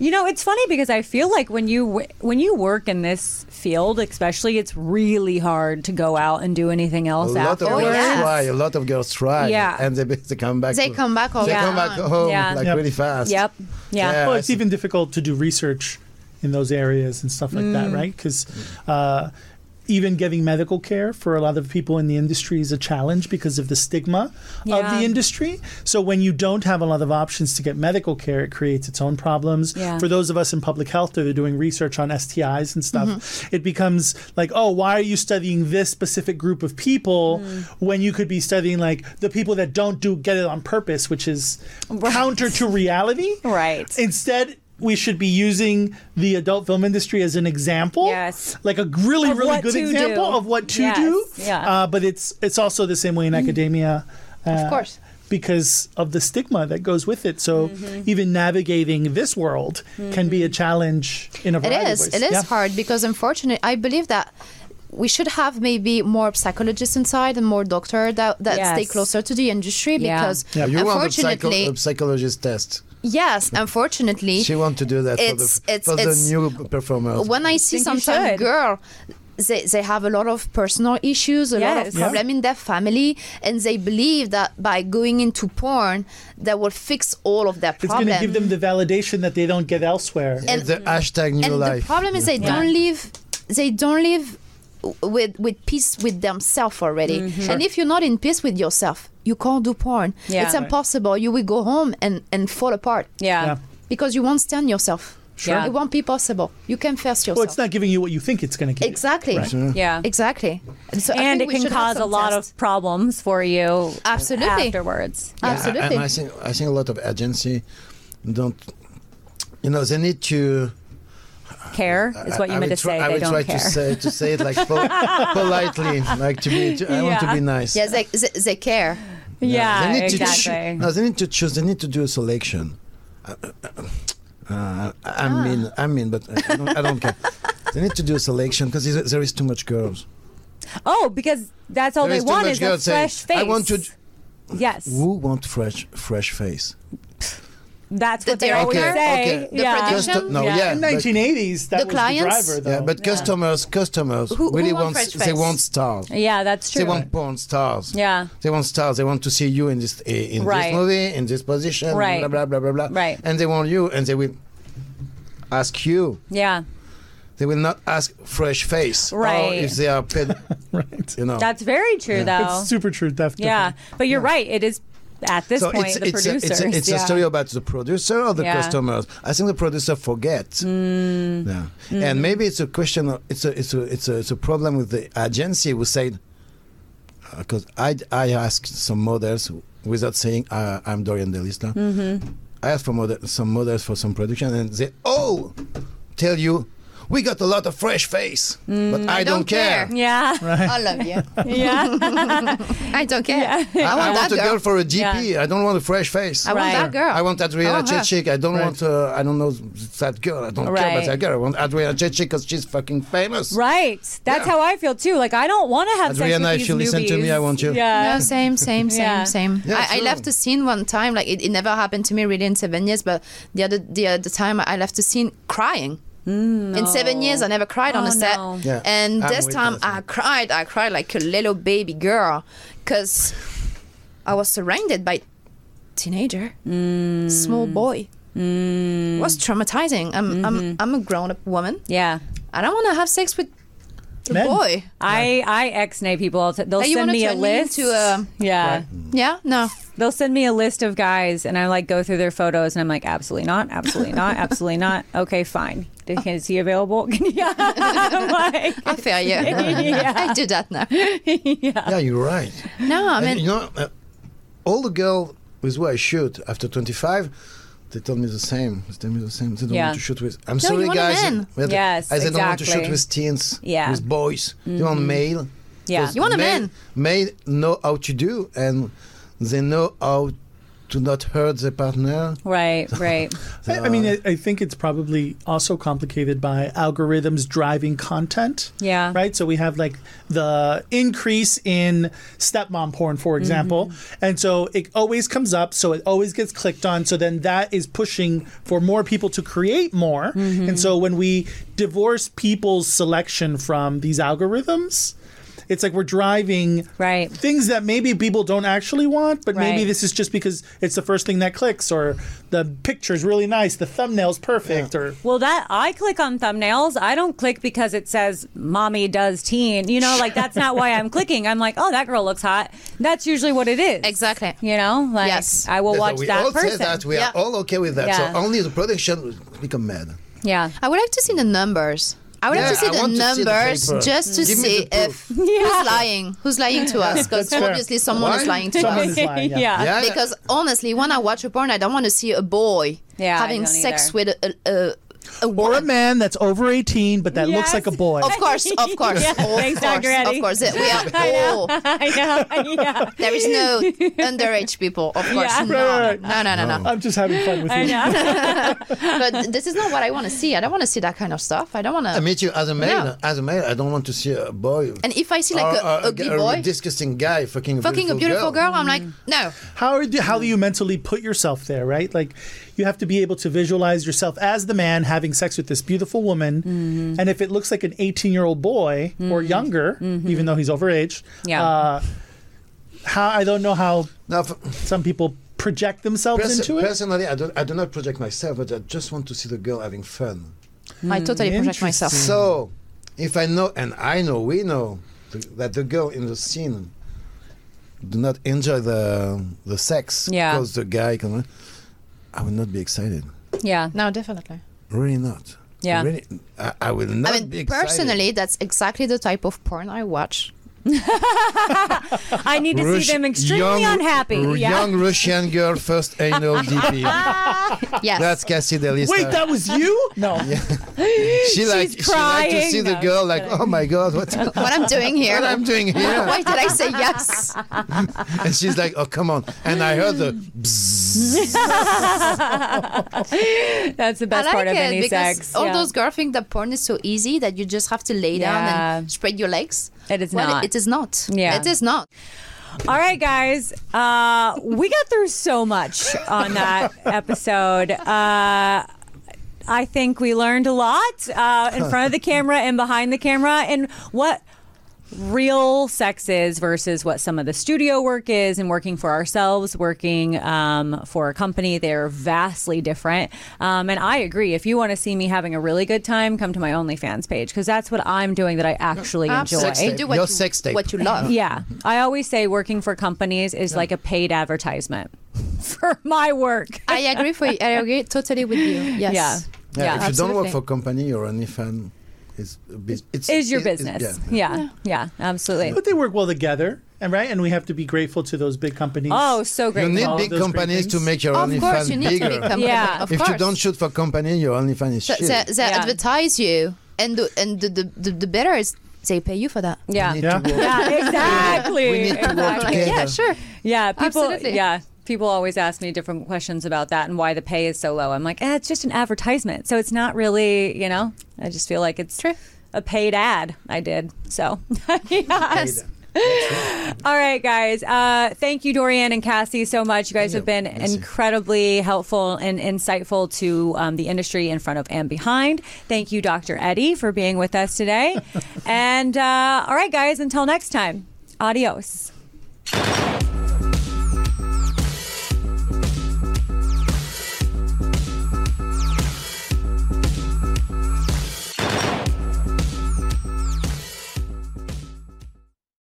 Speaker 1: You know, it's funny because I feel like when you w- when you work in this field, especially, it's really hard to go out and do anything
Speaker 3: A
Speaker 1: else
Speaker 3: lot of
Speaker 1: afterwards.
Speaker 3: girls
Speaker 4: Oh, yeah.
Speaker 3: try. A lot of girls try.
Speaker 1: Oh, Yeah.
Speaker 3: And they, they come back.
Speaker 4: They
Speaker 3: to-
Speaker 4: come back all
Speaker 3: They
Speaker 4: the
Speaker 3: come back
Speaker 4: time.
Speaker 3: home
Speaker 1: Yeah.
Speaker 3: like
Speaker 2: Yep.
Speaker 3: really fast.
Speaker 1: Yep. Yeah.
Speaker 3: Yeah.
Speaker 2: Well,
Speaker 3: I
Speaker 2: it's
Speaker 3: see.
Speaker 2: even difficult to do research in those areas and stuff like that, right? Because uh, even getting medical care for a lot of people in the industry is a challenge because of the stigma of
Speaker 1: Yeah.
Speaker 2: the industry. So when you don't have a lot of options to get medical care, it creates its own problems.
Speaker 1: Yeah.
Speaker 2: For those of us in public health that are doing research on STIs and stuff, it becomes like, oh, why are you studying this specific group of people when you could be studying like the people that don't do get it on purpose, which is counter to reality?
Speaker 1: Right.
Speaker 2: Instead, we should be using the adult film industry as an example.
Speaker 1: Yes.
Speaker 2: Like a really,
Speaker 1: Of
Speaker 2: really
Speaker 1: what
Speaker 2: good
Speaker 1: to
Speaker 2: example
Speaker 1: do.
Speaker 2: of what to
Speaker 1: Yes,
Speaker 2: do.
Speaker 1: yeah.
Speaker 2: Uh, but it's it's also the same way in academia. Uh,
Speaker 4: Of course.
Speaker 2: Because of the stigma that goes with it. So
Speaker 1: Mm-hmm.
Speaker 2: even navigating this world can be a challenge in a
Speaker 4: It
Speaker 2: variety
Speaker 4: is.
Speaker 2: of
Speaker 4: It
Speaker 2: ways.
Speaker 4: is
Speaker 2: Yeah.
Speaker 4: hard because, unfortunately, I believe that we should have maybe more psychologists inside and more doctor that, that
Speaker 1: Yes.
Speaker 4: stay closer to the industry
Speaker 1: Yeah.
Speaker 4: because,
Speaker 2: Yeah.
Speaker 3: You want a, psycho-
Speaker 4: unfortunately,
Speaker 3: a psychologist test.
Speaker 4: yes, unfortunately,
Speaker 3: She want to do that
Speaker 4: It's-
Speaker 3: for the,
Speaker 4: it's-
Speaker 3: for the
Speaker 4: it's-
Speaker 3: new performers.
Speaker 4: when I see
Speaker 1: Think you
Speaker 4: sometimes
Speaker 1: should.
Speaker 4: girl they, they have a lot of personal issues, a lot
Speaker 1: Yes.
Speaker 4: of
Speaker 1: Yeah.
Speaker 4: problem in their family, and they believe that by going into porn, that will fix all of their
Speaker 2: It's going
Speaker 4: problems.
Speaker 2: to give them the validation that they don't get elsewhere.
Speaker 4: And-
Speaker 3: the hashtag new
Speaker 4: and
Speaker 3: life.
Speaker 4: the problem is they
Speaker 1: Yeah.
Speaker 4: don't live they don't live w- with with peace with themselves already and if you're not in peace with yourself you can't do porn
Speaker 1: Mm-hmm. Yeah.
Speaker 4: it's
Speaker 1: Right.
Speaker 4: impossible you will go home and and fall apart
Speaker 1: Yeah.
Speaker 2: Yeah.
Speaker 4: because you won't stand yourself
Speaker 1: Sure. Yeah.
Speaker 4: it won't be possible you can first yourself
Speaker 2: Well, it's not giving you what you think it's going to give.
Speaker 4: exactly
Speaker 3: Sure.
Speaker 1: Yeah.
Speaker 4: exactly so I
Speaker 1: And
Speaker 4: think
Speaker 1: it
Speaker 4: we
Speaker 1: can
Speaker 4: should have
Speaker 1: cause a
Speaker 4: some
Speaker 1: lot
Speaker 4: tests.
Speaker 1: of problems for you
Speaker 4: Absolutely.
Speaker 1: afterwards.
Speaker 4: absolutely
Speaker 3: And I think I think a lot of agency don't. You know, they need to.
Speaker 1: Care is what you
Speaker 3: I, I
Speaker 1: meant
Speaker 3: will
Speaker 1: to
Speaker 3: try-
Speaker 1: say.
Speaker 3: I
Speaker 1: they
Speaker 3: will
Speaker 1: don't
Speaker 3: try
Speaker 1: care.
Speaker 3: to say to say it like pol- politely, like to be. To, I want to
Speaker 1: Yeah.
Speaker 3: be nice.
Speaker 4: yeah they, they, they care
Speaker 1: yeah,
Speaker 3: they need To
Speaker 1: exactly.
Speaker 3: choo- no, they need to choose. They need to do a selection. Uh, I mean,
Speaker 1: Ah.
Speaker 3: I mean, but uh, I don't, I don't care. They need to do a selection because there is too much girls.
Speaker 1: oh, because that's all
Speaker 3: There
Speaker 1: they
Speaker 3: is too
Speaker 1: want
Speaker 3: much
Speaker 1: is a
Speaker 3: girls saying,
Speaker 1: fresh face.
Speaker 3: "I want to d-
Speaker 1: Yes,
Speaker 3: Who want fresh, fresh face?
Speaker 1: that's what
Speaker 4: The
Speaker 1: they always
Speaker 4: director?
Speaker 1: say.
Speaker 3: Okay. The
Speaker 1: Yeah.
Speaker 4: producer?
Speaker 3: Just to- no,
Speaker 1: Yeah.
Speaker 3: yeah,
Speaker 2: In
Speaker 3: but-
Speaker 2: 1980s, that
Speaker 4: The
Speaker 2: was
Speaker 4: clients?
Speaker 2: the driver, though.
Speaker 3: yeah, but customers, customers
Speaker 4: Who- who
Speaker 3: really
Speaker 4: want
Speaker 3: want
Speaker 4: fresh
Speaker 3: they
Speaker 4: face?
Speaker 3: want stars.
Speaker 1: yeah, that's true.
Speaker 3: They want porn stars.
Speaker 1: Yeah.
Speaker 3: They want stars. They want to see you in this eh, in
Speaker 1: Right.
Speaker 3: this movie, in this position,
Speaker 1: Right.
Speaker 3: blah blah blah blah blah.
Speaker 1: Right.
Speaker 3: And they want you, and they will ask you.
Speaker 1: yeah,
Speaker 3: They will not ask fresh face. Or
Speaker 1: Right.
Speaker 3: if they are paid,
Speaker 2: right.
Speaker 3: you know.
Speaker 1: that's very true, though.
Speaker 2: It's super true, def-
Speaker 1: yeah,
Speaker 2: definitely.
Speaker 1: but you're right. It is at this point the
Speaker 3: it's, a,
Speaker 1: producers.
Speaker 3: it's, a, it's a
Speaker 1: yeah.
Speaker 3: story about the producer or the
Speaker 1: Yeah.
Speaker 3: customers. I think the producer forgets. Yeah. And maybe it's a question. Of, it's a it's a it's a it's a problem with the agency who said because I I asked some models without saying uh, I'm Dorian Delista. I asked for model, some models for some production and they oh tell you we got a lot of fresh face but I, don't,
Speaker 4: don't care.
Speaker 1: Yeah,
Speaker 4: I love you
Speaker 1: yeah,
Speaker 4: I don't care
Speaker 3: I want,
Speaker 4: that
Speaker 3: a girl
Speaker 4: girl
Speaker 3: for a GP. I don't want a fresh face.
Speaker 4: I want
Speaker 1: Right.
Speaker 4: that girl
Speaker 3: I want Adriana
Speaker 4: want her.
Speaker 3: Chechik. I don't want. Uh, I don't know that girl. I don't care
Speaker 1: Right.
Speaker 3: about that girl. I want Adriana Chechik because she's fucking famous.
Speaker 1: right. That's how I feel too. Like I don't want to have sex
Speaker 3: Adriana,
Speaker 1: with these
Speaker 3: if you listen to me,
Speaker 1: newbies.
Speaker 3: I want you.
Speaker 1: Yeah,
Speaker 4: No, same, same, same,
Speaker 1: Yeah.
Speaker 4: same.
Speaker 3: Yeah,
Speaker 4: I, I
Speaker 3: true.
Speaker 4: left a scene one time, like it, it never happened to me really in seven years, but the other the other time I left a scene crying. In seven years, I never cried on
Speaker 1: Mm, Oh,
Speaker 4: a set,
Speaker 1: no.
Speaker 3: Yeah,
Speaker 4: and
Speaker 3: I'm
Speaker 4: this
Speaker 3: with
Speaker 4: time
Speaker 3: that.
Speaker 4: I cried. I cried like a little baby girl, because I was surrounded by teenager,
Speaker 1: Mm.
Speaker 4: small boy. It was traumatizing. I'm I'm
Speaker 1: Mm-hmm.
Speaker 4: I'm a grown up woman.
Speaker 1: yeah.
Speaker 4: I don't want to have sex with a
Speaker 2: Men.
Speaker 4: boy.
Speaker 1: I I ex-nay people. all the They'll
Speaker 4: Like, you
Speaker 1: send
Speaker 4: wanna
Speaker 1: me a
Speaker 4: turn me
Speaker 1: list.
Speaker 4: into a-
Speaker 1: yeah,
Speaker 4: Yeah, no.
Speaker 1: they'll send me a list of guys, and I like go through their photos, and I'm like, absolutely not, absolutely not, absolutely not. Okay, fine. Is he available? yeah, I'm like,
Speaker 4: I feel you. I do that now.
Speaker 3: Yeah, you're right.
Speaker 4: No, I mean,
Speaker 3: And, you know, uh, all the girl with who I shoot after 25, they told me the same. They tell me the same. They don't
Speaker 1: Yeah.
Speaker 3: want to shoot with. I'm
Speaker 4: you
Speaker 3: sorry,
Speaker 4: want a
Speaker 3: guys.
Speaker 4: man.
Speaker 3: But they-
Speaker 1: Yes,
Speaker 3: I said, don't want to
Speaker 1: exactly.
Speaker 3: shoot with teens.
Speaker 1: Yeah. Mm-hmm.
Speaker 3: With boys. You want male.
Speaker 1: Yeah.
Speaker 3: 'Cause
Speaker 4: You want a
Speaker 3: male-
Speaker 4: man.
Speaker 3: Male know how to do and they know how to not hurt their partner.
Speaker 1: right, right.
Speaker 2: I, I mean, I, I think it's probably also complicated by algorithms driving content.
Speaker 1: Yeah.
Speaker 2: Right? So we have like the increase in stepmom porn, for
Speaker 1: Mm-hmm.
Speaker 2: example. And so it always comes up. So it always gets clicked on. So then that is pushing for more people to create more.
Speaker 1: Mm-hmm.
Speaker 2: And so when we divorce people's selection from these algorithms, it's like we're driving
Speaker 1: Right.
Speaker 2: things that maybe people don't actually want, but maybe
Speaker 1: Right.
Speaker 2: this is just because it's the first thing that clicks, or the picture's really nice, the thumbnail's perfect, or
Speaker 1: Well, that I click on thumbnails. I don't click because it says "mommy does teen." You know, like that's not why I'm clicking. I'm like, oh, that girl looks hot. That's usually what it is.
Speaker 4: Exactly.
Speaker 1: You know, like
Speaker 4: Yes.
Speaker 1: I will
Speaker 3: So
Speaker 1: watch
Speaker 3: we
Speaker 1: that
Speaker 3: all
Speaker 1: person.
Speaker 3: say that. We
Speaker 4: Yeah.
Speaker 3: are all okay with that.
Speaker 1: Yeah.
Speaker 3: So only the production will become mad.
Speaker 1: yeah.
Speaker 4: I would like to see the numbers. I would like
Speaker 3: Yeah,
Speaker 4: to see
Speaker 3: I
Speaker 4: the
Speaker 3: want to see the
Speaker 4: numbers
Speaker 3: paper.
Speaker 4: just to
Speaker 3: Give me
Speaker 4: see
Speaker 3: the
Speaker 4: if
Speaker 3: proof.
Speaker 4: who's lying, who's lying to us,
Speaker 2: that's
Speaker 4: because
Speaker 2: fair.
Speaker 4: obviously someone is
Speaker 3: Why?
Speaker 4: lying to
Speaker 2: someone
Speaker 4: us.
Speaker 2: is lying. Yeah.
Speaker 1: yeah.
Speaker 3: Yeah, yeah.
Speaker 4: Because honestly, when I watch a porn, I don't want to see a boy
Speaker 1: Yeah, I
Speaker 4: having
Speaker 1: don't
Speaker 4: sex
Speaker 1: either.
Speaker 4: with a, a, a, a
Speaker 2: Or a
Speaker 4: woman.
Speaker 2: man that's over 18, but that
Speaker 1: Yes.
Speaker 2: looks like a boy.
Speaker 4: Of course, of course,
Speaker 1: Yeah.
Speaker 4: of course,
Speaker 1: Thanks, Dr. Eddie.
Speaker 4: of course. We are all.
Speaker 1: I know. Yeah.
Speaker 4: There is no underage people, of course.
Speaker 1: Yeah.
Speaker 4: No. no, no, no, no.
Speaker 2: I'm just having fun with you.
Speaker 4: But this is not what I want to see. I don't want to see that kind of stuff. I don't want to.
Speaker 3: I meet you as a male.
Speaker 4: Yeah.
Speaker 3: As a male, I don't want to see a boy.
Speaker 4: and if I see like
Speaker 3: or-
Speaker 4: a,
Speaker 3: or
Speaker 4: ugly
Speaker 3: Oh, uh, a Hmm.
Speaker 4: boy,
Speaker 3: disgusting guy, fucking a
Speaker 4: fucking a
Speaker 3: beautiful
Speaker 4: beautiful girl, I'm like, no.
Speaker 2: How do how do you mentally put yourself there, right? Like, you- you have to be able to visualize yourself as the man having sex with this beautiful woman.
Speaker 1: Mm-hmm.
Speaker 2: And if it looks like an 18 year old boy or younger, even though he's overage,
Speaker 1: Mm-hmm. Yeah.
Speaker 2: uh, how I don't know how
Speaker 3: Now, for-
Speaker 2: some people project themselves
Speaker 3: perso-
Speaker 2: into it.
Speaker 3: personally, I don't. I do not project myself, but I just want to see the girl having fun.
Speaker 4: I totally
Speaker 3: Hmm,
Speaker 4: project myself.
Speaker 3: So, if I know, and I know, we know th- that the girl in the scene do not enjoy the the sex
Speaker 1: Yeah.
Speaker 3: because the guy can. I will not be excited.
Speaker 1: Yeah.
Speaker 4: No, definitely.
Speaker 3: Really not.
Speaker 1: Yeah.
Speaker 3: Really, I, I will not
Speaker 4: I
Speaker 3: be
Speaker 4: mean,
Speaker 3: excited.
Speaker 4: personally, that's exactly the type of porn I watch.
Speaker 1: I need to
Speaker 3: Rush-
Speaker 1: see them extremely
Speaker 3: young-
Speaker 1: unhappy.
Speaker 3: r-
Speaker 1: yeah.
Speaker 3: Young Russian girl, first anal DP.
Speaker 4: Yes.
Speaker 3: That's Cassie Delista.
Speaker 2: Wait, that was you? No.
Speaker 3: she like she like to
Speaker 1: crying.
Speaker 3: see the
Speaker 1: No,
Speaker 3: girl like, oh my god, what, what
Speaker 4: what I'm doing here.
Speaker 3: I'm doing here?
Speaker 4: Why did I say yes?
Speaker 3: And she's like, oh come on. And I heard the bzzz.
Speaker 1: That's the
Speaker 4: I
Speaker 1: best
Speaker 4: like
Speaker 1: part
Speaker 4: it
Speaker 1: of any
Speaker 4: because
Speaker 1: sex.
Speaker 4: all
Speaker 1: yeah.
Speaker 4: those girls think that porn is so easy that you just have to lay down
Speaker 1: Yeah.
Speaker 4: and spread your legs.
Speaker 1: It is
Speaker 4: well,
Speaker 1: not.
Speaker 4: It is not.
Speaker 1: Yeah.
Speaker 4: It is not.
Speaker 1: All right, guys. Uh, we got through so much on that episode. Uh, I think we learned a lot uh, in front of the camera and behind the camera, and what real sex is versus what some of the studio work is, and working for ourselves, working um, for a company. They're vastly different. Um, and I agree. If you want to see me having a really good time, come to my OnlyFans page because that's what I'm doing that I actually enjoy.
Speaker 4: Absolutely.
Speaker 3: tape.
Speaker 4: Do what
Speaker 3: Your
Speaker 4: you,
Speaker 3: sex tape.
Speaker 4: What you love.
Speaker 1: Yeah. I always say working for companies is like a paid advertisement for my work.
Speaker 4: I agree for you. I agree totally with you. Yes.
Speaker 1: Yeah.
Speaker 3: Yeah,
Speaker 1: Yeah.
Speaker 3: if you don't work
Speaker 4: absolutely.
Speaker 3: for company, you're only fan. It's a bus- it's
Speaker 1: Is your
Speaker 3: it- it-
Speaker 1: business.
Speaker 4: Oh,
Speaker 3: yeah.
Speaker 1: yeah. yeah. Absolutely.
Speaker 2: But they work well together, and right, and we have to be grateful to those big companies.
Speaker 1: Oh, so
Speaker 3: You
Speaker 1: great.
Speaker 3: need
Speaker 2: All
Speaker 3: big
Speaker 2: those great
Speaker 3: companies to
Speaker 2: things.
Speaker 3: make your
Speaker 4: Of
Speaker 3: only
Speaker 4: course,
Speaker 3: fan
Speaker 4: you need
Speaker 3: bigger.
Speaker 4: to become.
Speaker 1: Yeah.
Speaker 4: Of
Speaker 3: if
Speaker 4: course.
Speaker 3: you don't shoot for company, your only fan is
Speaker 4: so,
Speaker 3: shit.
Speaker 4: so, so
Speaker 1: Yeah.
Speaker 4: advertise you, and the, and the, the, the, the better is they pay you for that.
Speaker 1: yeah.
Speaker 3: You need
Speaker 1: Yeah.
Speaker 3: to work-
Speaker 1: exactly.
Speaker 3: We need to work
Speaker 1: exactly.
Speaker 3: together.
Speaker 4: Yeah, sure.
Speaker 1: Yeah, people.
Speaker 4: Absolutely.
Speaker 1: Yeah, people always ask me different questions about that and why the pay is so low. I'm like, eh, it's just an advertisement, so it's not really, you know. I just feel like it's
Speaker 4: True.
Speaker 1: a paid ad. I did so. yes. All right, guys. Uh, thank you, Dorian and Cassie, so much. You guys have been incredibly helpful and insightful to um, the industry in front of and behind. Thank you, Dr. Eddie, for being with us today. and uh, all right, guys, until next time, adios.